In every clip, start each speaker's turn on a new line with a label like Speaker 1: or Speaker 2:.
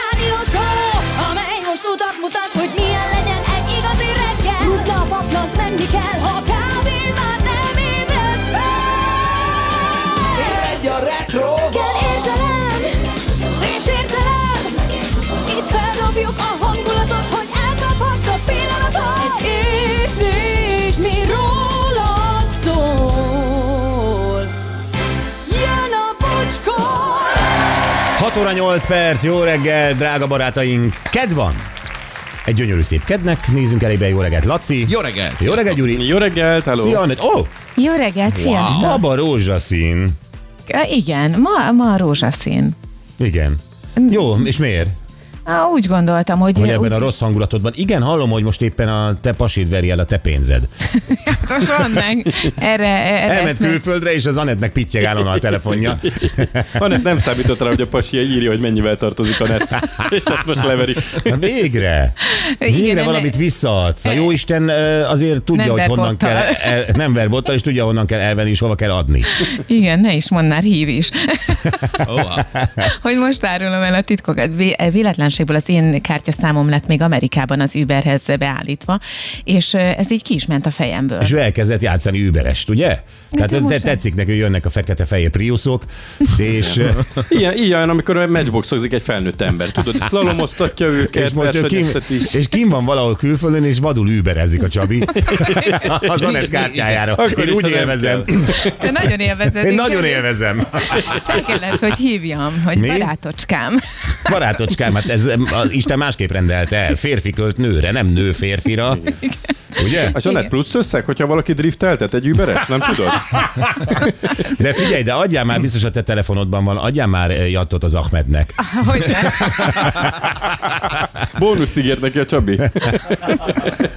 Speaker 1: rádió show, amely most utat mutat, hogy milyen legyen egy igazi reggel. Rutna a paplant, menni kell, ha kávén már nem ébresz fel.
Speaker 2: Egy a retro
Speaker 1: Kell érzelem, és értelem, itt feldobjuk a hangulatot, hogy elkaphast a pillanatot. Egy érzés, mi rólad szól. Jön a bocskor!
Speaker 3: 6 óra 8 perc, jó reggel, drága barátaink! Ked van! Egy gyönyörű szép kednek, nézzünk elébe, jó reggelt, Laci!
Speaker 2: Jó reggelt!
Speaker 3: jó reggelt, Gyuri!
Speaker 4: Jó reggelt, hello!
Speaker 3: Szia, Annett! Ó,
Speaker 5: Jó reggelt, sziasztok!
Speaker 3: baba rózsaszín!
Speaker 5: Ö, Igen, ma, ma a rózsaszín.
Speaker 3: Igen.
Speaker 5: Mm.
Speaker 3: Jó, és miért?
Speaker 5: Á, úgy gondoltam, hogy...
Speaker 3: Hogy ebben
Speaker 5: úgy-
Speaker 3: a rossz hangulatodban. Igen, hallom, hogy most éppen a te pasid veri el a te pénzed.
Speaker 5: Pontosan meg. Erre, erre
Speaker 3: Elment
Speaker 5: ezt meg-
Speaker 3: külföldre, és az Annettnek pittyeg állandóan a telefonja.
Speaker 4: Anett nem számított rá, hogy a pasi írja, hogy mennyivel tartozik a net. És ezt most leveri.
Speaker 3: Na végre! Végre
Speaker 5: Igen,
Speaker 3: Igen,
Speaker 5: ennek-
Speaker 3: valamit visszaadsz. A jóisten ö, azért tudja,
Speaker 5: Nem
Speaker 3: hogy
Speaker 5: ver
Speaker 3: honnan kell...
Speaker 5: bottal.
Speaker 3: El, nem ver bottal, és tudja, honnan kell elvenni, és hova kell adni.
Speaker 5: Igen, ne is mondd már, hív is.
Speaker 2: Oh,
Speaker 5: hogy most árulom el a titkokat. Vé- e, Véletlenségből az én kártyaszámom lett még Amerikában az Uberhez beállítva, és ö, ez így ki is ment a fejemből.
Speaker 3: És ő elkezdett játszani überest, ugye? Tehát te,
Speaker 5: most nem.
Speaker 3: tetszik neki, hogy jönnek a fekete-fehér priuszok, és,
Speaker 4: Ilyen, ilyen amikor a matchboxozik egy felnőtt ember, tudod, és slalomoztatja őket,
Speaker 3: és most ő kim,
Speaker 4: versenyezteti.
Speaker 3: és kim van valahol külföldön, és vadul überezik a Csabi az Anett kártyájára.
Speaker 4: Akkor
Speaker 3: Én
Speaker 4: is,
Speaker 3: úgy
Speaker 4: ha nem
Speaker 3: élvezem.
Speaker 5: Te nagyon élvezed.
Speaker 3: Én
Speaker 5: igen.
Speaker 3: nagyon élvezem.
Speaker 5: Fel kellett, hogy hívjam, hogy
Speaker 3: Mi?
Speaker 5: barátocskám.
Speaker 3: Barátocskám, hát ez az Isten másképp rendelte el. Férfi költ nőre, nem nő férfira. Ugye?
Speaker 4: És Anett
Speaker 5: Igen.
Speaker 4: plusz összeg, hogyha valaki drifteltet egy überes, nem tudod?
Speaker 3: De figyelj, de adjál már, biztos a te telefonodban van, adjál már eh, jattot az Ahmednek.
Speaker 5: Hogy ne?
Speaker 4: Bónuszt ígért neki a Csabi.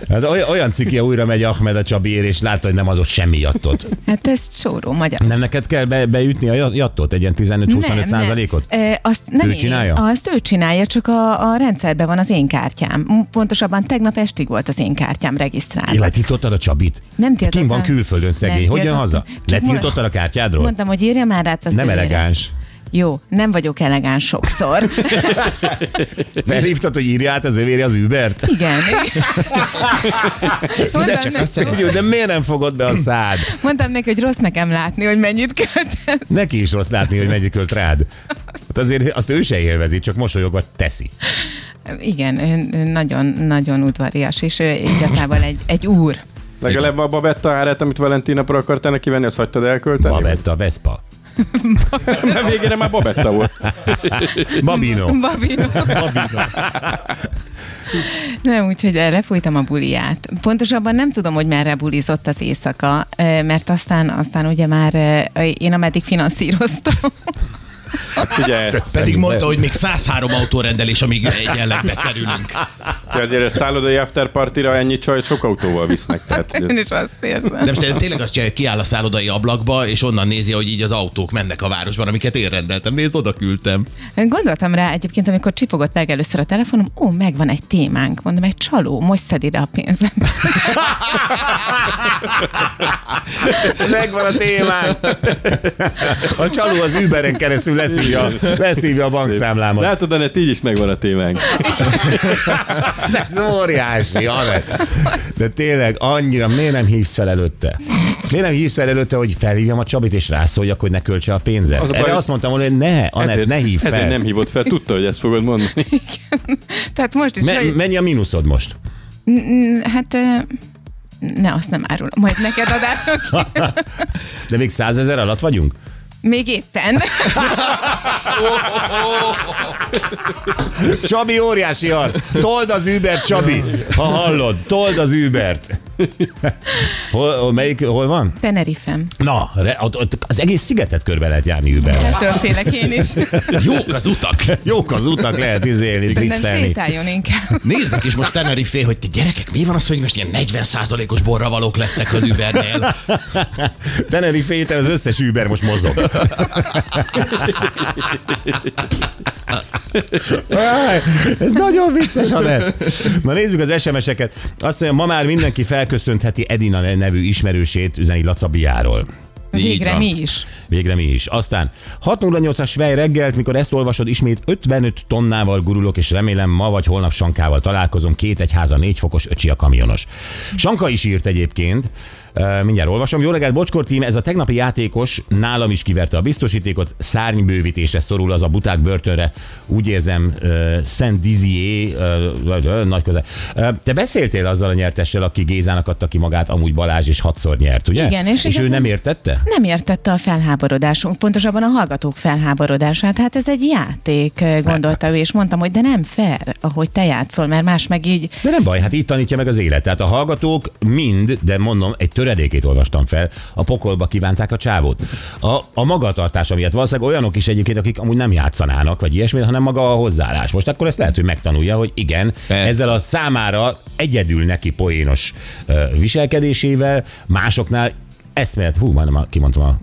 Speaker 3: Hát oly- olyan cikje újra megy Ahmed a Csabiért, és látta, hogy nem adott semmi jattot.
Speaker 5: Hát ez csóró magyar.
Speaker 3: Nem neked kell be, beütni a jattot, egy ilyen 15-25
Speaker 5: Nem,
Speaker 3: százalékot?
Speaker 5: Nem. E, azt nem
Speaker 3: Ő
Speaker 5: én.
Speaker 3: csinálja?
Speaker 5: Azt ő csinálja, csak a, a rendszerben van az én kártyám. M- Pontosabban tegnap estig volt az én kártyám regisztrálva.
Speaker 3: Letiltottad a Csabit?
Speaker 5: Nem tiltottam.
Speaker 3: Kim van külföldön szegény,
Speaker 5: Nem
Speaker 3: hogy jön haza?
Speaker 5: tiltottam. Csak
Speaker 3: Letiltottad a kártyádról?
Speaker 5: Mondtam, hogy írja már át azt.
Speaker 3: nem
Speaker 5: hogy írja.
Speaker 3: elegáns.
Speaker 5: Jó, nem vagyok elegáns sokszor.
Speaker 3: Felhívtad, hogy írja át az övére az Ubert?
Speaker 5: Igen.
Speaker 3: De
Speaker 5: mondtam,
Speaker 3: csak
Speaker 5: neki,
Speaker 3: azt mondja, de miért nem fogod be a szád?
Speaker 5: mondtam neki, hogy rossz nekem látni, hogy mennyit költesz.
Speaker 3: Neki is rossz látni, hogy mennyit költ rád. Hát azért azt ő se élvezi, csak mosolyogva teszi.
Speaker 5: Igen, ő- ő nagyon-nagyon udvarias, és ő igazából egy, egy úr.
Speaker 4: Legalább a babetta árát, amit Valentin napra akartál neki venni, azt hagytad elkölteni?
Speaker 3: Babetta, Vespa.
Speaker 4: Mert végére már babetta volt.
Speaker 3: Babino.
Speaker 5: Babino. nem, úgyhogy lefújtam a buliát. Pontosabban nem tudom, hogy merre bulizott az éjszaka, eh, mert aztán, aztán ugye már eh, én ameddig finanszíroztam.
Speaker 4: Ugye,
Speaker 6: Pedig mondta, hogy még 103 autórendelés, amíg egyenlegbe kerülünk.
Speaker 4: azért a szállodai after partira ennyi csajt sok autóval visznek. Tehát, hogy
Speaker 5: Én
Speaker 4: ez-
Speaker 5: is azt érzem.
Speaker 6: Nem szerintem tényleg azt csinálja, hogy kiáll a szállodai ablakba, és onnan nézi, hogy így az autók mennek a városban, amiket én rendeltem. Nézd, oda küldtem.
Speaker 5: Gondoltam rá egyébként, amikor csipogott meg először a telefonom, ó, megvan egy témánk, mondom, egy csaló, most szed ide a pénzem.
Speaker 3: Megvan a témánk. A csaló az Uberen keresztül leszívja, leszívja a bankszámlámat.
Speaker 4: Látod, Anett, így is megvan a témánk.
Speaker 3: Hát Ez óriási, Anett. De tényleg annyira, miért nem hívsz fel előtte? Miért nem hívsz fel előtte, hogy felhívjam a Csabit, és rászóljak, hogy ne költse a pénzed?
Speaker 4: Az a
Speaker 3: Az
Speaker 4: baj,
Speaker 3: Erre
Speaker 4: hogy-
Speaker 3: azt mondtam volna, hogy ne, Anett, ne hív fel.
Speaker 4: ezért nem hívott fel, tudta, hogy ezt fogod mondani.
Speaker 5: Tehát most is,
Speaker 3: Me-
Speaker 5: hogy-
Speaker 3: mennyi a mínuszod most?
Speaker 5: Mm, hát ö, ne, azt nem árulom, majd neked adások.
Speaker 3: De még százezer alatt vagyunk?
Speaker 5: Még éppen.
Speaker 3: Csabi óriási arc. Told az Ubert, Csabi. Ha hallod, told az Ubert. Hol, hol- melyik, hol van?
Speaker 5: Tenerifem.
Speaker 3: Na, re, ott, ott, az egész szigetet körbe lehet járni Uberrel.
Speaker 5: Ettől félek én is.
Speaker 6: Jók az utak.
Speaker 3: Jók az utak, lehet izélni,
Speaker 5: Nem
Speaker 3: driftelni.
Speaker 5: sétáljon inkább.
Speaker 6: Nézzük is most Tenerife, hogy te gyerekek, mi van az, hogy most ilyen 40%-os borravalók lettek a Ubernél?
Speaker 3: Tenerife héten az összes Uber most mozog. Áj, Ez nagyon vicces, Anett. Na nézzük az SMS-eket. Azt mondja, ma már mindenki felköszöntheti Edina nevű ismerősét üzeni Lacabiáról.
Speaker 6: Így
Speaker 5: Végre
Speaker 6: van.
Speaker 5: mi is.
Speaker 3: Végre mi is. Aztán 6.08-as Svej reggelt, mikor ezt olvasod, ismét 55 tonnával gurulok, és remélem ma vagy holnap Sankával találkozom. Két egyháza, négy fokos, öcsi a kamionos. Sanka is írt egyébként, Ö, Mindjárt olvasom. Jó reggelt, Bocskor tím, ez a tegnapi játékos nálam is kiverte a biztosítékot, szárnybővítésre szorul az a buták börtönre, úgy érzem, ö, Saint Dizier, ö, ö, ö, nagy köze. Ö, Te beszéltél azzal a nyertessel, aki Gézának adta ki magát, amúgy Balázs is hatszor nyert, ugye?
Speaker 5: Igen, és
Speaker 3: és ő
Speaker 5: igazán-
Speaker 3: nem értette?
Speaker 5: Nem értette a felháborodásunk, pontosabban a hallgatók felháborodását. Hát ez egy játék, eh, gondolta ő, és mondtam, hogy de nem fair, ahogy te játszol, mert más meg így
Speaker 3: De nem baj, hát itt tanítja meg az élet. Tehát a hallgatók mind, de mondom, egy töredékét olvastam fel, a pokolba kívánták a csávót. A, a magatartása miatt valószínűleg olyanok is egyébként, akik amúgy nem játszanának, vagy ilyesmi, hanem maga a hozzáállás. Most akkor ezt lehet, hogy megtanulja, hogy igen,
Speaker 6: Persze.
Speaker 3: ezzel a számára egyedül neki poénos ö, viselkedésével, másoknál eszmélet, hú, majdnem a- kimondtam a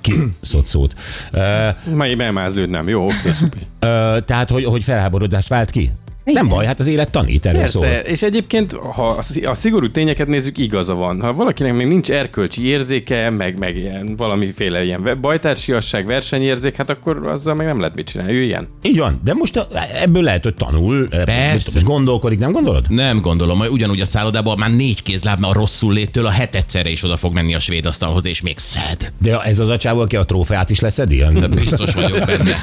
Speaker 3: kiszott szót. Ö,
Speaker 4: Mai bemázlődnem, jó, oké, szupi.
Speaker 3: ö, tehát, hogy, hogy felháborodást vált ki? Nem baj, hát az élet tanít, erről szól.
Speaker 4: Persze, és egyébként, ha a szi- a szigorú tényeket nézzük, igaza van. Ha valakinek még nincs erkölcsi érzéke, meg, meg ilyen, valamiféle ilyen ve- bajtársiasság, versenyérzék, hát akkor azzal meg nem lehet mit csinálni, ő ilyen.
Speaker 3: Így van, de most a- ebből lehet, hogy tanul,
Speaker 6: Persze.
Speaker 3: most gondolkodik, nem gondolod?
Speaker 6: Nem gondolom, hogy ugyanúgy a szállodában már négy kézláb a rosszul léttől a hetedszerre is oda fog menni a svéd asztalhoz, és még szed.
Speaker 3: De ez az a csávó, aki a trófeát is leszedi?
Speaker 6: Hm. Biztos vagyok benne.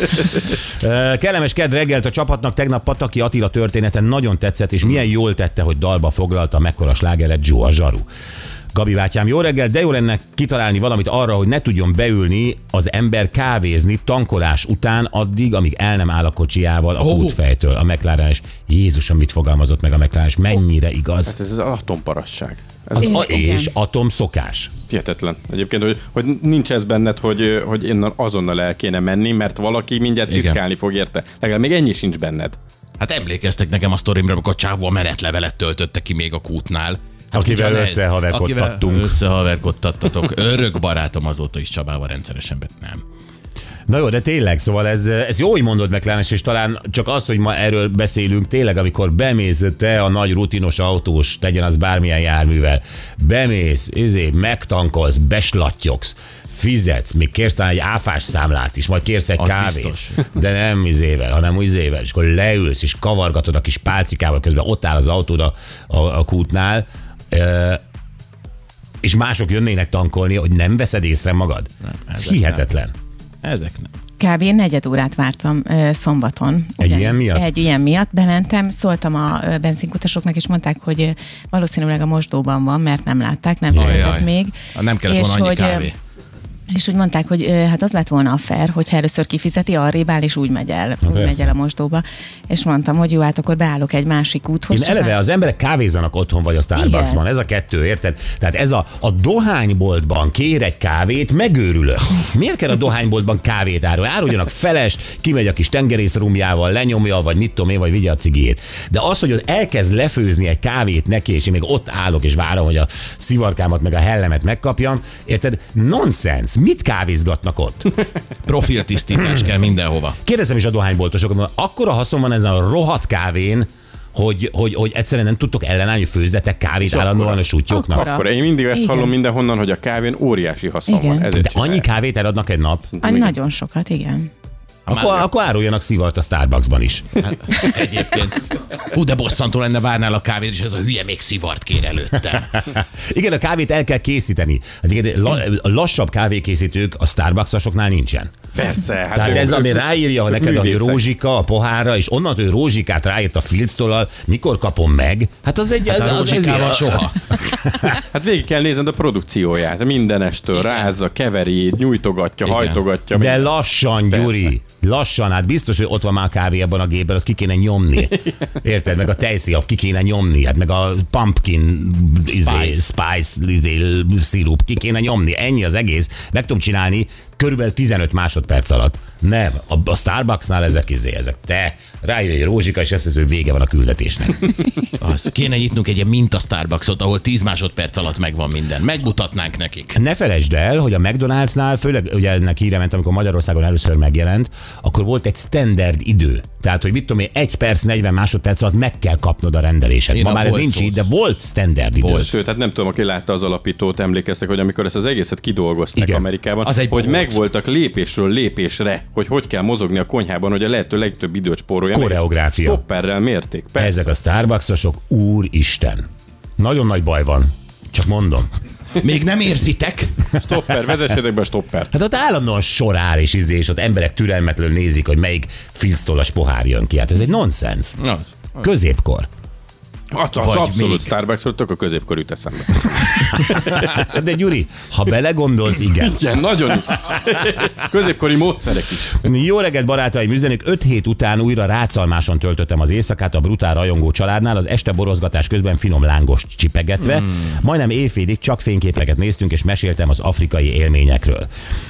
Speaker 3: Ö, Kellemes kedd reggelt a csapatnak, tegnap Pataki Attila története nagyon tetszett, és milyen jól tette, hogy dalba foglalta mekkora slágeret Joe a zsaru. Gabi bátyám, jó reggel, de jó lenne kitalálni valamit arra, hogy ne tudjon beülni az ember kávézni tankolás után addig, amíg el nem áll a kocsiával a
Speaker 6: Ó.
Speaker 3: kútfejtől, a McLaren és Jézusom, mit fogalmazott meg a McLaren és mennyire igaz.
Speaker 4: Hát ez az atomparasság. Ez
Speaker 3: Az a,
Speaker 5: Igen.
Speaker 3: és atom szokás.
Speaker 4: hihetetlen. Egyébként, hogy, hogy nincs ez benned, hogy, hogy innen azonnal el kéne menni, mert valaki mindjárt
Speaker 6: Igen.
Speaker 4: piszkálni fog érte. Legalább még ennyi sincs benned.
Speaker 6: Hát emlékeztek nekem a sztorimra, amikor a csávó a menetlevelet töltötte ki még a kútnál. Hát
Speaker 3: Akivel
Speaker 6: ugyanez.
Speaker 3: összehaverkodtattunk.
Speaker 6: Akivel Összehaverkodtattatok. Örök barátom azóta is Csabával rendszeresen bet nem.
Speaker 3: Na jó, de tényleg, szóval ez, ez jó, hogy mondod meg, Lános, és talán csak az, hogy ma erről beszélünk, tényleg, amikor bemész te a nagy rutinos autós, tegyen az bármilyen járművel, bemész, izé, megtankolsz, beslattyogsz, fizetsz, még kérsz talán egy áfás számlát is, majd kérsz egy
Speaker 6: Az
Speaker 3: kávét.
Speaker 6: biztos.
Speaker 3: De nem izével, hanem izével. És akkor leülsz, és kavargatod a kis pálcikával, közben ott áll az autód a, a, a kútnál, ö, és mások jönnének tankolni, hogy nem veszed észre magad. Nem, ez
Speaker 6: ezek nem.
Speaker 3: hihetetlen.
Speaker 6: Ezek nem.
Speaker 5: kb. negyed órát vártam ö, szombaton.
Speaker 3: Egy ilyen miatt?
Speaker 5: Egy ilyen miatt. Bementem, szóltam a ö, benzinkutasoknak, és mondták, hogy ö, valószínűleg a mosdóban van, mert nem látták, nem
Speaker 6: Ajaj.
Speaker 5: lehetett még.
Speaker 6: Nem kellett
Speaker 5: És
Speaker 6: volna annyi
Speaker 5: hogy, eh, ö,
Speaker 6: kávé.
Speaker 5: És úgy mondták, hogy ö, hát az lett volna a fair, hogyha először kifizeti, arrébb áll, és úgy megy el, úgy
Speaker 3: persze.
Speaker 5: megy el a mosdóba. És mondtam, hogy jó, hát akkor beállok egy másik úthoz.
Speaker 3: Én
Speaker 5: csak hát
Speaker 3: eleve az emberek kávézanak otthon vagy a Starbucksban,
Speaker 5: Igen.
Speaker 3: ez a kettő, érted? Tehát ez a, a dohányboltban kér egy kávét, megőrülök. Miért kell a dohányboltban kávét árulni? Áruljanak felest, kimegy a kis tengerész rumjával, lenyomja, vagy mit tudom én, vagy vigye a cigét. De az, hogy az elkezd lefőzni egy kávét neki, és én még ott állok és várom, hogy a szivarkámat meg a hellemet megkapjam, érted? Nonsens, mit kávézgatnak ott?
Speaker 6: Profiltisztítás kell mindenhova.
Speaker 3: Kérdezem is a dohányboltosokat, mondom, akkora haszon van ezen a rohadt kávén, hogy, hogy, hogy egyszerűen nem tudtok ellenállni, hogy főzzetek kávét állandóan a
Speaker 5: Akkora.
Speaker 3: sutyóknak.
Speaker 4: Akkor én mindig ezt
Speaker 5: Igen.
Speaker 4: Igen. hallom mindenhonnan, hogy a kávén óriási haszon
Speaker 5: Igen.
Speaker 4: van. Ezért
Speaker 3: De annyi kávét eladnak egy nap,
Speaker 5: Ah, Nagyon sokat, igen.
Speaker 3: akkor, akkor áruljanak szivart a Starbucksban is.
Speaker 6: Hát, egyébként. Hú, de bosszantó lenne várnál a kávét, és ez a hülye még szivart kér előttem.
Speaker 3: Igen, a kávét el kell készíteni. Hát igen, la, a lassabb kávékészítők a Starbucksosoknál nincsen.
Speaker 4: Persze. Hát
Speaker 3: Tehát
Speaker 4: ők-
Speaker 3: ez, ami
Speaker 4: ők-
Speaker 3: ráírja hogy neked, hogy
Speaker 4: művészek.
Speaker 3: rózsika a pohára, és onnantól, hogy rózsikát ráírt a filctollal, mikor kapom meg, hát az egy...
Speaker 6: Hát
Speaker 3: az,
Speaker 6: a
Speaker 3: az, ez-
Speaker 6: rózsikával soha.
Speaker 4: Hát végig kell nézned a produkcióját. Mindenestől rázza, keveri, nyújtogatja,
Speaker 6: Igen.
Speaker 4: Igen. hajtogatja.
Speaker 3: De
Speaker 4: minden.
Speaker 3: lassan, Gyuri, lassan, hát biztos, hogy ott van már kávé abban a gépben, azt ki kéne nyomni. Érted? Meg a tejszirap ki kéne nyomni, hát meg a pumpkin izé,
Speaker 6: Spice.
Speaker 3: spice izé, szirup ki kéne nyomni. Ennyi az egész. Meg tudom csinálni körülbelül 15 másodperc alatt. Nem, a, a Starbucksnál ezek izé, ezek te, rájön egy rózsika, és azt hiszem, hogy vége van a küldetésnek.
Speaker 6: Az. Kéne nyitnunk egy ilyen minta Starbucksot, ahol 10 másodperc alatt megvan minden. Megmutatnánk nekik.
Speaker 3: Ne felejtsd el, hogy a McDonald'snál, főleg ugye ennek híre ment, amikor Magyarországon először megjelent, akkor volt egy standard idő. Tehát, hogy mit tudom én, 1 perc, 40 másodperc alatt meg kell kapnod a rendelésed.
Speaker 6: Én
Speaker 3: Ma
Speaker 6: a
Speaker 3: már ez
Speaker 6: volt
Speaker 3: nincs
Speaker 6: szó.
Speaker 3: így, de volt standard idő.
Speaker 6: Volt.
Speaker 4: Sőt, hát nem tudom, aki látta az alapítót, emlékeztek, hogy amikor ezt az egészet kidolgozták
Speaker 3: Igen.
Speaker 4: Igen. Amerikában,
Speaker 6: Az egy
Speaker 4: hogy
Speaker 6: bohóc.
Speaker 4: megvoltak lépésről lépésre, hogy hogy kell mozogni a konyhában, hogy a lehető legtöbb időt spórolja.
Speaker 3: Koreográfia.
Speaker 4: Popperrel mérték. Persze.
Speaker 3: Ezek a Starbucksosok, úristen. Nagyon nagy baj van. Csak mondom.
Speaker 6: Még nem érzitek?
Speaker 4: Stopper, vezessetek be a stopper.
Speaker 3: Hát ott állandóan sor áll és izé, és ott emberek türelmetlenül nézik, hogy melyik filctollas pohár jön ki. Hát ez egy nonsens.
Speaker 6: Az.
Speaker 3: Középkor.
Speaker 4: Az, Hát, az
Speaker 6: Vagy
Speaker 4: abszolút
Speaker 6: még.
Speaker 4: még. Starbucks volt, akkor középkor jut eszembe.
Speaker 3: Hát De Gyuri, ha belegondolsz, igen.
Speaker 4: Igen, nagyon is. Középkori módszerek is.
Speaker 3: Jó reggelt, barátaim, üzenők. 5 hét után újra rácalmáson töltöttem az éjszakát a brutál rajongó családnál, az este borozgatás közben finom lángost csipegetve. Mm. Majdnem éjfélig csak fényképeket néztünk, és meséltem az afrikai élményekről.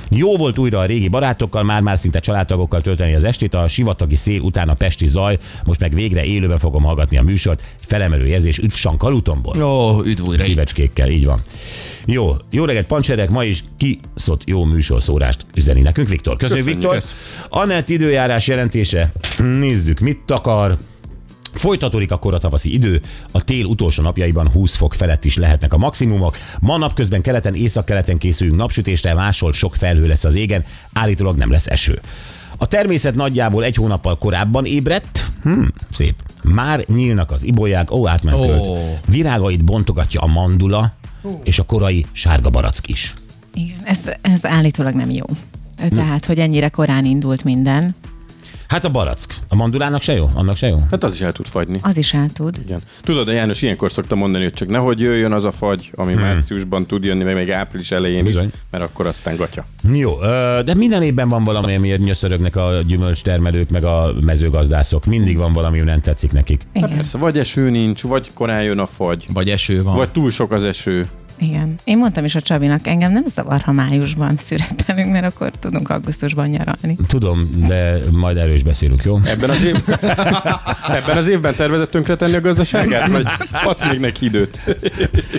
Speaker 3: Jó volt újra a régi barátokkal, már-már szinte családtagokkal tölteni az estét, a sivatagi szél után a pesti zaj, most meg végre élőbe fogom hallgatni a műsort, felemelő jelzés, üdv Sankalutomból.
Speaker 6: Ó, üdv újra. itt.
Speaker 3: Szívecskékkel, így van. Jó, jó reggelt, pancserek, ma is kiszott jó műsorszórást üzeni nekünk. Viktor, köszönjük, Viktor.
Speaker 6: kösz.
Speaker 3: Anett időjárás jelentése, nézzük, mit takar. Folytatódik a koratavaszi idő, a tél utolsó napjaiban 20 fok felett is lehetnek a maximumok. Ma napközben keleten, északkeleten készülünk napsütésre, máshol sok felhő lesz az égen, állítólag nem lesz eső. A természet nagyjából egy hónappal korábban ébredt, hm, szép. Már nyílnak az ibolyák, ó, átment
Speaker 6: Ó.
Speaker 3: oh. Virágait bontogatja a mandula, és a korai sárga barack is.
Speaker 5: Igen, ez, ez állítólag nem jó. Tehát, hogy ennyire korán indult minden,
Speaker 3: Hát a barack. A mandulának se jó? Annak se jó?
Speaker 4: Hát az is el tud fagyni.
Speaker 5: az is el tud.
Speaker 4: Igen. Tudod, a János ilyenkor szokta mondani, hogy csak nehogy jöjjön az a fagy, ami hmm. márciusban tud jönni, vagy még április elején
Speaker 3: Bizony.
Speaker 4: is, mert akkor aztán gatya.
Speaker 3: Jó, ö, de minden évben van valami, amiért nyöszörögnek a gyümölcstermelők, meg a mezőgazdászok. Mindig van valami, ami nem tetszik nekik.
Speaker 4: Hát
Speaker 5: Igen,
Speaker 4: persze, vagy eső nincs, vagy korán jön a fagy,
Speaker 6: Vagy eső van.
Speaker 4: vagy túl sok az eső.
Speaker 5: igen. Én mondtam is a Csabinak, engem nem zavar, ha májusban szüretelünk, mert akkor tudunk augusztusban nyaralni.
Speaker 3: Tudom, de majd erről is beszélünk, jó?
Speaker 4: Ebben az, év... Ebben az évben tervezett tönkretenni a gazdaságát, vagy adsz még neki időt.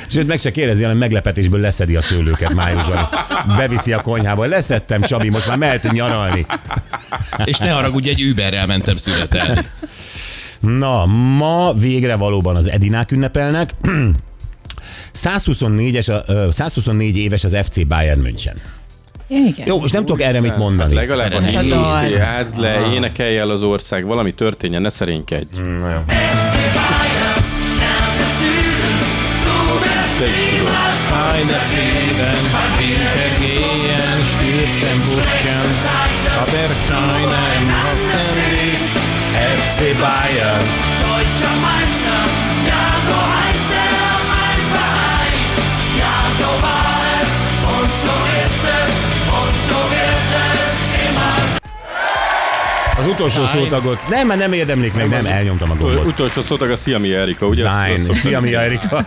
Speaker 3: Sőt, meg se kérdezi, hanem meglepetésből leszedi a szőlőket májusban. Beviszi a konyhába. Leszettem, Csabi, most már mehetünk nyaralni.
Speaker 6: És ne haragudj, egy Uberrel mentem születelni.
Speaker 3: Na, ma végre valóban az Edinák ünnepelnek. 124-es a, ö, 124 éves az FC Bayern München.
Speaker 5: Igen.
Speaker 3: Jó, most nem tudok erre mit mondani.
Speaker 4: Hát legalább a
Speaker 6: Erre
Speaker 5: nem tudok.
Speaker 4: híz, játsz le, énekelj el az ország, valami történjen, ne szerénykedj. Te is tudod.
Speaker 6: Hajnak éven, vintek éjjel, stürcen bukken, a bercaj nem
Speaker 3: FC Bayern.
Speaker 7: Deutscher Meister, ja so heißt er mein Verein. Ja so war es und so ist es und so wird es immer
Speaker 3: Az utolsó szótagot. Nem, mert nem érdemlik meg, nem, elnyomtam a
Speaker 4: Ö,
Speaker 3: gombot.
Speaker 4: Utolsó szótag a Szia Mi Erika, ugye? Szóval Azt
Speaker 3: Zájn.
Speaker 4: szokták.
Speaker 3: Szia, mi Erika.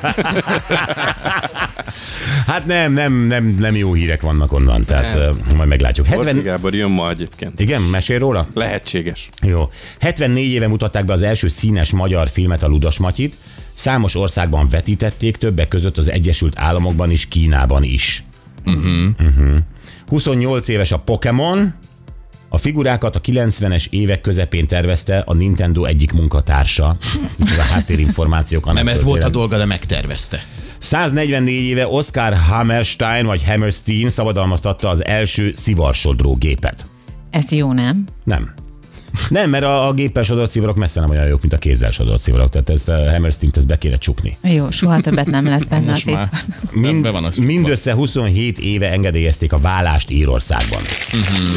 Speaker 3: Hát nem, nem, nem, nem jó hírek vannak onnan, tehát ö, majd meglátjuk.
Speaker 4: Horthy
Speaker 3: 70...
Speaker 4: Gábor jön ma egyébként.
Speaker 3: Igen, mesél róla?
Speaker 4: Lehetséges.
Speaker 3: Jó. 74 éve mutatták be az első színes magyar filmet, a Ludas Matyit. Számos országban vetítették, többek között az Egyesült Államokban és Kínában is.
Speaker 6: Mhm.
Speaker 3: Uh-huh. Uh-huh. 28 éves a Pokémon. A figurákat a 90-es évek közepén tervezte a Nintendo egyik munkatársa. Ez a háttérinformációk.
Speaker 6: Nem ez volt a
Speaker 3: dolog.
Speaker 6: dolga, de megtervezte.
Speaker 3: 144 éve Oscar Hammerstein vagy Hammerstein szabadalmaztatta az első szivarsodró gépet.
Speaker 5: Ez jó, nem?
Speaker 3: Nem. Nem, mert a, a géppel sodort szivarok messze nem olyan jók, mint a kézzel sodort szivarok. Tehát ezt a Hammerstein-t ezt be kéne csukni.
Speaker 5: Jó, soha többet nem lesz benne az év.
Speaker 6: Mind, Hát be van az
Speaker 3: Mindössze 27 éve engedélyezték a válást Írországban.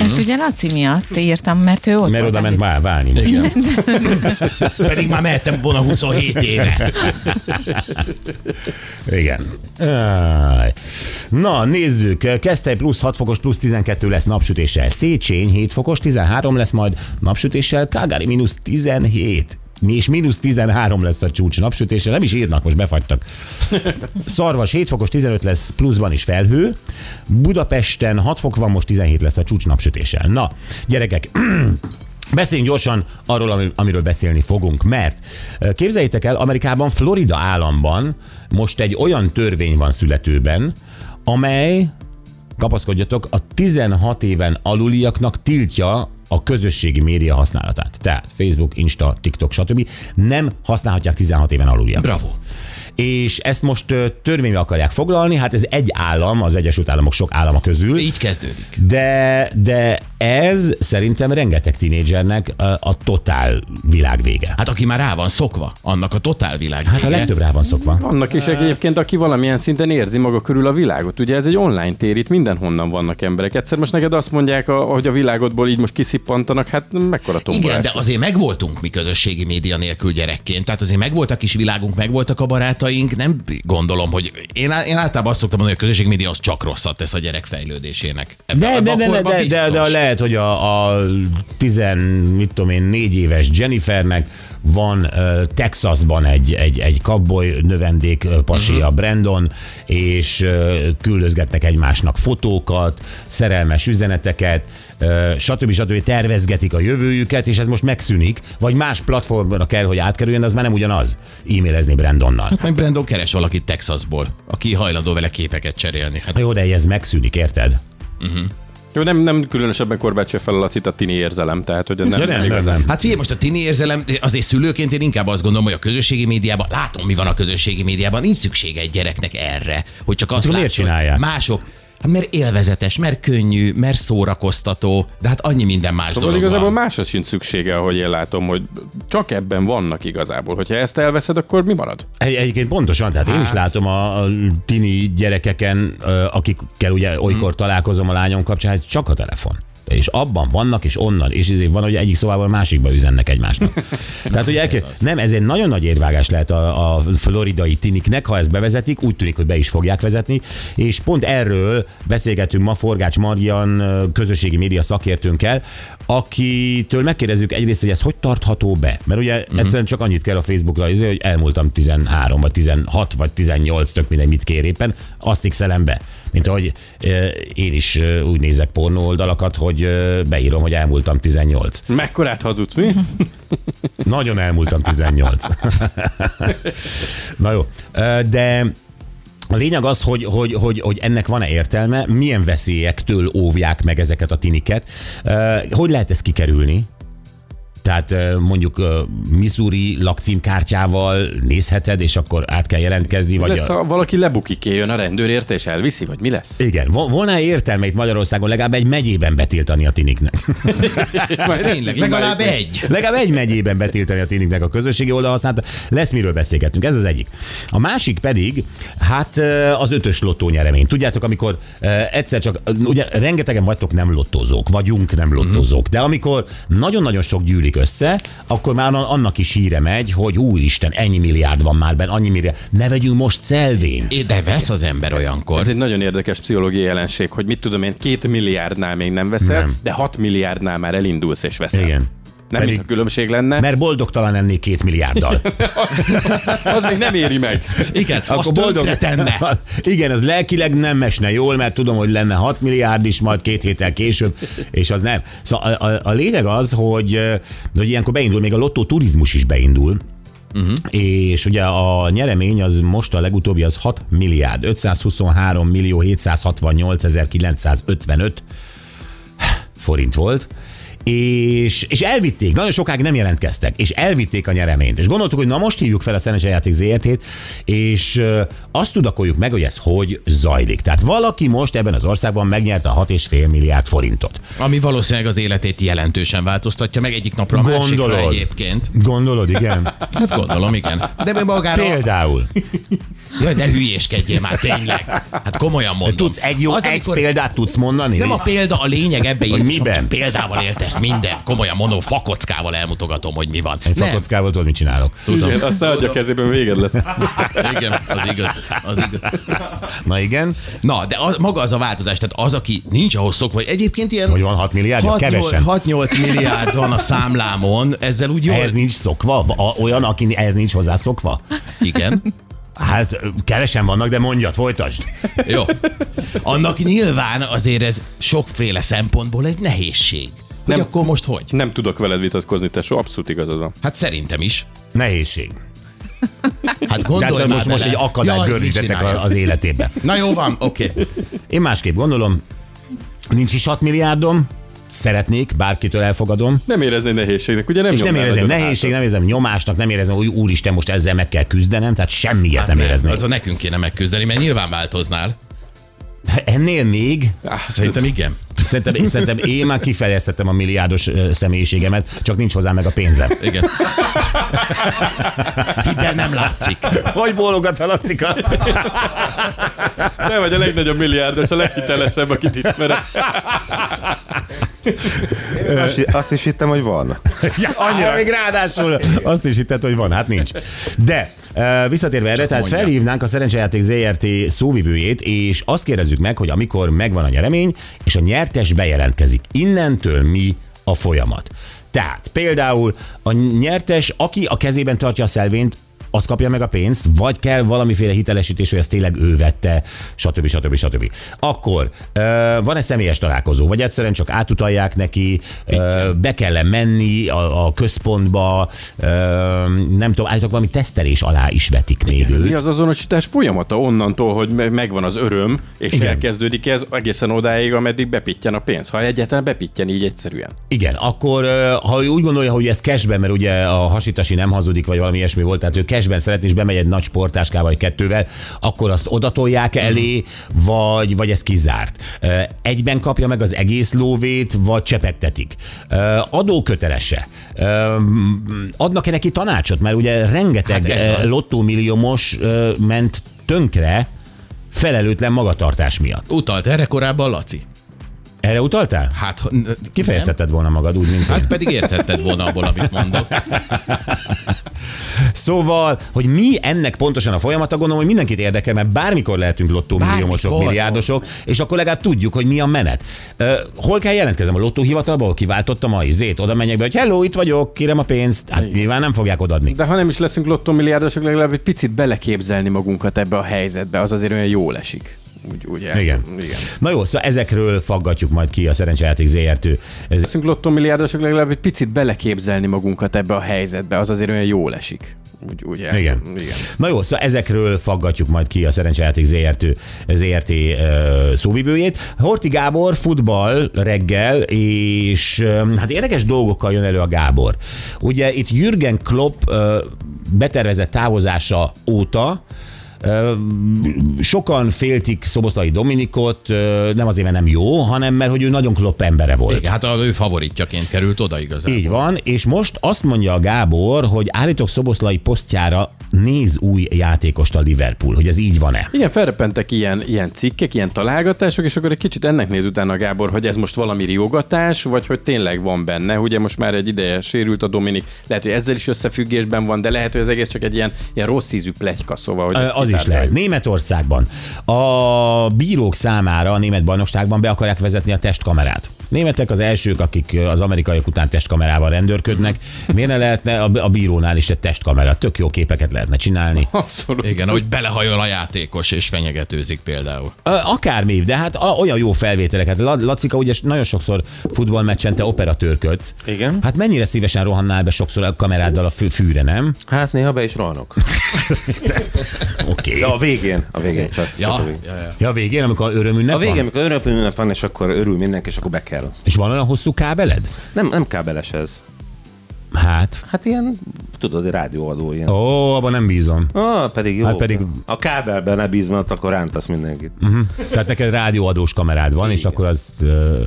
Speaker 5: Ezt ugye Laci miatt írtam, mert ő ott
Speaker 3: Mhm. Mert
Speaker 5: volt
Speaker 3: oda ment
Speaker 5: elég-
Speaker 3: már válni. most.
Speaker 6: Pedig már mehettem volna 27 éve.
Speaker 3: Igen. Áj. Na, nézzük. Kezdte plusz 6 fokos, plusz 12 lesz napsütéssel. Széchenyi 7 fokos, 13 lesz majd napsütéssel. Kágári mínusz 17. Mi és mínusz 13 lesz a csúcs napsütése, nem is írnak, most befagytak. Szarvas 7 fokos, 15 lesz, pluszban is felhő. Budapesten 6 fok van, most 17 lesz a csúcs napsütéssel. Na, gyerekek, Beszéljünk gyorsan arról, ami- amiről beszélni fogunk, mert ö, képzeljétek el, Amerikában, Florida államban most egy olyan törvény van születőben, amely, kapaszkodjatok, a 16 éven aluliaknak tiltja a közösségi média használatát. Tehát Facebook, Insta, TikTok, stb. nem használhatják 16 éven aluliak
Speaker 6: Bravo.
Speaker 3: és ezt most ö, törvénybe akarják foglalni, hát ez egy állam, az Egyesült Államok sok állama közül,
Speaker 6: Így kezdődik.
Speaker 3: de, de ez szerintem rengeteg tinédzsernek ö, a totál világvége. Hát,
Speaker 6: Hát aki már rá van szokva, annak a totál világ. Hát
Speaker 3: a legtöbb rá van szokva.
Speaker 4: Annak is egyébként, aki valamilyen szinten érzi maga körül a világot. Ugye ez egy online tér, itt mindenhonnan vannak emberek. Egyszer most neked azt mondják, a- hogy a világodból így most kiszippantanak, hát mekkora tombolás.
Speaker 6: Igen, de azért megvoltunk mi közösségi média nélkül gyerekként. Tehát azért megvolt a kis világunk, megvoltak a barátaink. Nem gondolom, hogy én, á- én általában azt szoktam mondani, hogy a közösségi média az csak rosszat tesz a gyerek fejlődésének.
Speaker 3: De,
Speaker 6: Ebben
Speaker 3: de,
Speaker 6: a
Speaker 3: de, de,
Speaker 6: korban
Speaker 3: de, de, de
Speaker 6: Hát biztos.
Speaker 3: lehet, hogy a, a tizen, mit tudom én, négy éves Jennifernek van ö, Texasban egy, egy, egy cowboy növendék ö, pasi, a Brandon, és ö, küldözgetnek egymásnak fotókat, szerelmes üzeneteket, ö, stb. stb. tervezgetik a jövőjüket, és ez most megszűnik, vagy más platformra kell, hogy átkerüljön, az már nem ugyanaz e-mailezni Brandonnal.
Speaker 6: Majd Brandon keres valakit Texasból, aki hajlandó vele képeket cserélni. Hát
Speaker 3: Jó, de ez megszűnik, érted?
Speaker 4: Jó, nem, nem különösebben korbácsolja fel a lacit a tini érzelem, tehát hogy ez nem,
Speaker 3: Ja, nem, nem, nem.
Speaker 6: Hát figyelj, most a tini érzelem, azért szülőként én inkább azt gondolom, hogy a közösségi médiában, látom, mi van a közösségi médiában, nincs szüksége egy gyereknek erre, hogy csak azt
Speaker 3: Hát akkor
Speaker 6: látsz,
Speaker 3: miért csinálják?
Speaker 6: hogy mások, Hát mert élvezetes, mert könnyű, mert szórakoztató, de hát annyi minden más
Speaker 4: Szóval
Speaker 6: dolog
Speaker 4: igazából
Speaker 6: van.
Speaker 4: másra sincs szüksége, ahogy én látom, hogy csak ebben vannak igazából. Hogyha ezt elveszed, akkor mi marad?
Speaker 3: Egy, egyébként pontosan, tehát én is látom a, a tini gyerekeken, ö, akikkel ugye olykor találkozom a lányom kapcsán, hát csak a telefon. És abban vannak, és onnan, és ezért van, hogy egyik szobában a másikba üzennek egymásnak. Tehát, hogy elke... nem, ez egy nagyon nagy érvágás lehet a, a floridai tiniknek, ha ezt bevezetik, úgy tűnik, hogy be is fogják vezetni, és pont erről beszélgetünk ma Forgács Marian ö, közösségi média szakértőnkkel, akitől megkérdezzük egyrészt, hogy ez hogy tartható be, mert ugye egyszerűen csak annyit kell a Facebookra, izé, hogy elmúltam 13, vagy 16, vagy 18, tök mindegy, mit kér éppen, azt x be. Mint ahogy ö, én is ö, úgy nézek pornó oldalakat, hogy ö, beírom, hogy elmúltam 18.
Speaker 4: Mekkorát hazudsz, mi?
Speaker 3: Nagyon elmúltam 18. Na jó, Ö, de a lényeg az, hogy, hogy, hogy, hogy ennek van-e értelme, milyen veszélyektől óvják meg ezeket a tiniket, Ö, hogy lehet ezt kikerülni? Tehát ö, mondjuk ö, Missouri lakcímkártyával nézheted, és akkor át kell jelentkezni, vagy...
Speaker 4: Lesz,
Speaker 3: A...
Speaker 4: ha valaki lebukik, jön a rendőr érte és elviszi, vagy mi lesz?
Speaker 3: Igen, Vol- volna értelme itt Magyarországon legalább egy megyében betiltani a tiniknek?
Speaker 4: Majd ezt
Speaker 6: hát Tényleg,
Speaker 4: is
Speaker 6: legalább
Speaker 4: imádjuk.
Speaker 6: egy.
Speaker 3: Legalább egy megyében betiltani a tiniknek a közösségi oldalhasználat. Lesz miről beszélgetünk, ez az egyik. A másik pedig, hát ö, az ötös lottó nyeremény. Tudjátok, amikor ö, egyszer csak, ö, ugye rengetegen vagytok nem lottozók, vagyunk nem lottozók, de amikor nagyon-nagyon sok gyűlik össze, akkor már an- annak is híre megy, hogy úristen, ennyi milliárd van már benne, annyi milliárd, ne vegyünk most szelvényt.
Speaker 6: É, De vesz az ember
Speaker 4: Ez
Speaker 6: olyankor.
Speaker 4: egy nagyon érdekes pszichológiai jelenség, hogy mit tudom én, két milliárdnál még nem veszel, nem. de hat milliárdnál már elindulsz és veszel.
Speaker 3: Igen.
Speaker 4: Nem,
Speaker 3: Pedig-
Speaker 4: Pedig... mintha különbség lenne,
Speaker 3: Mert boldogtalan ennél két milliárddal.
Speaker 4: az még nem éri meg.
Speaker 6: Igen, azt boldog... tenne.
Speaker 3: Igen, az lelkileg nem esne jól, mert tudom, hogy lenne 6 milliárd is, majd két héttel később, és az nem. Szóval a, a, a lényeg az, hogy, ö, hogy ilyenkor beindul, még a lottó turizmus is beindul,
Speaker 6: Mhm.
Speaker 3: és ugye a nyeremény az most a legutóbbi az 6 milliárd, 523 millió 768 ezer 955 forint volt, és, és elvitték, nagyon sokáig nem jelentkeztek, és elvitték a nyereményt. És gondoltuk, hogy na most hívjuk fel a Szenese Játék ZRT-t, és ö, azt tudakoljuk meg, hogy ez hogy zajlik. Tehát valaki most ebben az országban megnyerte a 6,5 milliárd forintot.
Speaker 6: Ami valószínűleg az életét jelentősen változtatja meg egyik napra a másikra
Speaker 3: Gondolod.
Speaker 6: egyébként.
Speaker 3: Gondolod, igen?
Speaker 6: Hát gondolom, igen. De meg magára...
Speaker 3: Például.
Speaker 6: Jaj, ne hülyéskedjél már tényleg. Hát komolyan mondom.
Speaker 3: Tudsz egy jó,
Speaker 6: Az,
Speaker 3: egy
Speaker 6: amikor-
Speaker 3: példát tudsz mondani?
Speaker 6: Nem a példa a lényeg ebbe
Speaker 3: Hogy
Speaker 6: így,
Speaker 3: miben?
Speaker 6: csak Példával éltesz lesz minden. Komolyan mondom, fakockával elmutogatom, hogy mi van.
Speaker 3: Egy
Speaker 6: Nem.
Speaker 3: fakockával tudod, mit csinálok.
Speaker 6: Tudom.
Speaker 4: Igen, azt ne adja kezében, véged lesz.
Speaker 6: Igen, az igaz. Az igaz.
Speaker 3: Na igen,
Speaker 6: Na, de az, maga az a változás, tehát az, aki nincs ahhoz szokva, hogy egyébként ilyen
Speaker 3: hogy van 6 milliárd, kevesen.
Speaker 6: 6-8 milliárd van a számlámon, ezzel úgy jól...
Speaker 3: Ehhez nincs szokva? Va- a- Olyan, aki ehhez nincs hozzászokva?
Speaker 6: Igen.
Speaker 3: Hát ö, kevesen vannak, de mondjad, folytasd.
Speaker 6: Jó. Annak nyilván azért ez sokféle szempontból egy nehézség. Hogy
Speaker 4: Nem.
Speaker 6: akkor most hogy?
Speaker 4: Nem tudok veled vitatkozni, tesó, abszolút igazad van.
Speaker 6: Hát szerintem is.
Speaker 3: Nehézség.
Speaker 6: Hát gondolj
Speaker 3: Tehát
Speaker 6: már
Speaker 3: most, most
Speaker 6: bele.
Speaker 3: egy akadályt
Speaker 6: Jaj, mit
Speaker 3: gördítettek
Speaker 6: csinálja?
Speaker 3: a- az életébe.
Speaker 6: Na jó van, oké. Okay.
Speaker 3: Én másképp gondolom, nincs is 6 milliárdom, szeretnék, bárkitől elfogadom,
Speaker 4: Nem éreznéd nehézségnek, ugye nem
Speaker 3: és nem
Speaker 4: nyomnál
Speaker 3: érezem
Speaker 4: nagyon
Speaker 3: nehézség,
Speaker 6: hát-
Speaker 4: hátat.
Speaker 3: nem érzem nyomásnak, nem érzem, hogy úristen, most ezzel meg kell küzdenem, tehát semmiért nem éreznék.
Speaker 6: Hát Az a nekünk kéne megküzdeni, mert nyilván változnál.
Speaker 3: Ennél még,
Speaker 4: Á,
Speaker 6: Szerintem igen.
Speaker 3: szerintem, én, szerintem én már kifejlesztettem a milliárdos ö, személyiségemet, csak nincs hozzá meg a pénzem.
Speaker 6: Igen. Hidd el, nem látszik.
Speaker 3: Vagy bólogat a lacika.
Speaker 4: Te vagy a legnagyobb milliárdos, a leghitelesebb, akit ismerek.
Speaker 8: Azt, azt is hittem, hogy van.
Speaker 3: Ja, Annyira. Még ráadásul azt is hitted, hogy van, hát nincs. De ö, visszatérve erre, tehát
Speaker 6: mondja.
Speaker 3: felhívnánk a Szerencsejáték ZRT szóvivőjét, és azt kérdezzük meg, hogy amikor megvan a nyeremény, és a nyertes bejelentkezik, innentől mi a folyamat? Tehát például a nyertes, aki a kezében tartja a szelvényt, az kapja meg a pénzt, vagy kell valamiféle hitelesítés, hogy ezt tényleg ő vette, stb. stb. stb. Akkor ö, van-e személyes találkozó, vagy egyszerűen csak átutalják neki, ö, be kell menni a, a központba, ö, nem tudom, állítok valami tesztelés alá is vetik még
Speaker 4: Mi
Speaker 3: őt.
Speaker 4: az azonosítás folyamata onnantól, hogy me- megvan az öröm, és
Speaker 3: Igen.
Speaker 4: Igen. elkezdődik ez egészen odáig, ameddig bepitjen a pénz. Ha egyáltalán bepitjen így egyszerűen.
Speaker 3: Igen, akkor ö, ha ő úgy gondolja, hogy ezt cashben, mert ugye a hasitasi nem hazudik, vagy valami ilyesmi volt, tehát ő cashben szeretné, és bemegy egy nagy sportáskával, vagy kettővel, akkor azt
Speaker 6: Hmm.
Speaker 3: odatolják elé, vagy, vagy ez kizárt. Ö, Egyben kapja meg az egész lóvét, vagy csepegtetik. Ö, Adókötelese. Ö, Adnak-e neki tanácsot? Mert ugye rengeteg
Speaker 6: Hát ez
Speaker 3: hát
Speaker 6: az.
Speaker 3: lottómilliómos ö, ment tönkre felelőtlen magatartás miatt.
Speaker 6: Utalt erre korábban Laci.
Speaker 3: Erre utaltál?
Speaker 6: Hát, ha- n-
Speaker 3: Kifejezheted volna magad úgy, mint én.
Speaker 6: nem? Hát pedig értetted volna abból, amit mondok.
Speaker 3: Szóval, hogy mi ennek pontosan a folyamata, gondolom, hogy mindenkit érdekel, mert bármikor lehetünk lottómilliómosok,
Speaker 6: Bármikor.
Speaker 3: milliárdosok, és akkor legalább tudjuk, hogy mi a menet. Ö, hol kell jelentkezem? A lottóhivatalba, ahol kiváltottam a izét, oda menjek be, hogy hello, itt vagyok, kérem a pénzt. Hát nyilván nem fogják odaadni.
Speaker 4: De ha nem is leszünk lottomilliárdosok, legalább egy picit beleképzelni magunkat ebbe a helyzetbe, az azért olyan jól esik. Úgy, ugye?
Speaker 3: Igen.
Speaker 4: Igen.
Speaker 3: Na jó, szóval ezekről faggatjuk majd ki a szerencsejáték ZRT. Ez
Speaker 4: leszünk lottomilliárdosok, legalább egy picit beleképzelni magunkat ebbe a helyzetbe, az azért olyan jól esik. Úgy, ugye?
Speaker 3: Igen.
Speaker 4: Igen.
Speaker 3: Na jó, szóval ezekről faggatjuk majd ki a Szerencsejáték ZRT, ZRT ö, szóvivőjét. Horti Gábor futball reggel, és ö, hát érdekes dolgokkal jön elő a Gábor. Ugye itt Jürgen Klopp ö, betervezett távozása óta ö, sokan féltik Szoboszlai Dominikot, ö, nem azért, mert nem jó, hanem mert hogy ő nagyon Klopp embere volt.
Speaker 6: Igen, hát az ő favoritjaként került oda igazán.
Speaker 3: Így van, és most azt mondja a Gábor, hogy állítok Szoboszlai posztjára néz új játékost a Liverpool, hogy ez így van-e.
Speaker 4: Igen, felrepentek ilyen, ilyen cikkek, ilyen találgatások, és akkor egy kicsit ennek néz utána Gábor, hogy ez most valami riogatás, vagy hogy tényleg van benne. Ugye most már egy ideje sérült a Dominik, lehet, hogy ezzel is összefüggésben van, de lehet, hogy az egész csak egy ilyen, ilyen rossz ízű plegyka, szóval. Hogy
Speaker 3: Ö,
Speaker 4: ezt
Speaker 3: Az is
Speaker 4: kitárgyaljuk.
Speaker 3: lehet. Németországban a bírók számára a német bajnokságban be akarják vezetni a testkamerát. Németek az elsők, akik az amerikaiak után testkamerával rendőrködnek. Miért ne lehetne a a bírónál is egy testkamera? Tök jó képeket lehetne csinálni.
Speaker 4: Abszolút.
Speaker 6: Igen, hogy belehajol a játékos és fenyegetőzik például.
Speaker 3: Ö, Akármi, de hát a- olyan jó felvételeket. La- Lacika, ugye nagyon sokszor futballmeccsen te operatőrködsz.
Speaker 8: Igen.
Speaker 3: Hát mennyire szívesen rohannál be sokszor a kameráddal a fű, fűre, nem?
Speaker 8: Hát néha be is rohanok.
Speaker 3: Oké.
Speaker 8: De a
Speaker 3: Okay.
Speaker 8: végén, a végén csak. csak a
Speaker 6: Ja,
Speaker 8: végén.
Speaker 6: ja, ja.
Speaker 3: Ja, a végén, amikor örömünnep
Speaker 8: A végén,
Speaker 3: van?
Speaker 8: amikor öröpülőnök van, és akkor örül mindenki, és akkor be kell.
Speaker 3: És van olyan hosszú kábeled?
Speaker 8: Nem, nem kábeles ez.
Speaker 3: Hát.
Speaker 8: Hát ilyen, tudod, rádióadó ilyen.
Speaker 3: Ó, abban nem bízom.
Speaker 8: Ah, pedig jó.
Speaker 3: Hát pedig- Mhm,
Speaker 8: A kábelben ne bízz, mert akkor rántasz mindenkit.
Speaker 3: Tehát neked rádióadós kamerád van, és akkor az ö,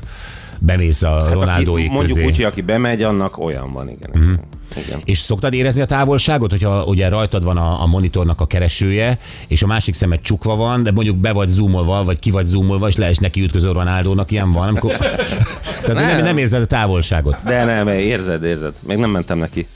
Speaker 3: bemész a hát
Speaker 8: aki,
Speaker 3: Ronaldóik
Speaker 8: Mondjuk
Speaker 3: közé. Mhm.
Speaker 8: úgy, hogy aki bemegy, annak olyan van, igen. Mm. igen.
Speaker 3: És szoktad érezni a távolságot, hogyha ugye rajtad van a, a monitornak a keresője, és a másik szemed csukva van, de mondjuk be vagy zoomolva, vagy ki vagy zoomolva, és le is neki ütköző Ronaldónak, ilyen van, amikor
Speaker 6: Tehát nem,
Speaker 8: Nem.
Speaker 6: nem érzed a távolságot.
Speaker 8: De nem, érzed, érzed. Még nem mentem neki.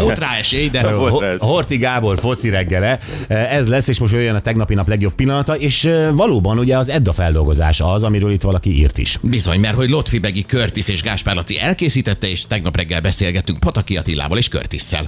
Speaker 9: Volt rá esély, de...
Speaker 6: Ho-
Speaker 8: volt ez.
Speaker 6: Horti Gábor foci reggele, Eh, ez lesz, és most jöjjön a tegnapi nap legjobb pillanata, és eh, valóban ugye az Edda feldolgozása az, amiről itt valaki írt is.
Speaker 9: Bizony, mert hogy Lotfi Begi, Curtis és Gáspár Laci elkészítette, és tegnap reggel beszélgettünk Pataki Attilával és Curtisszel.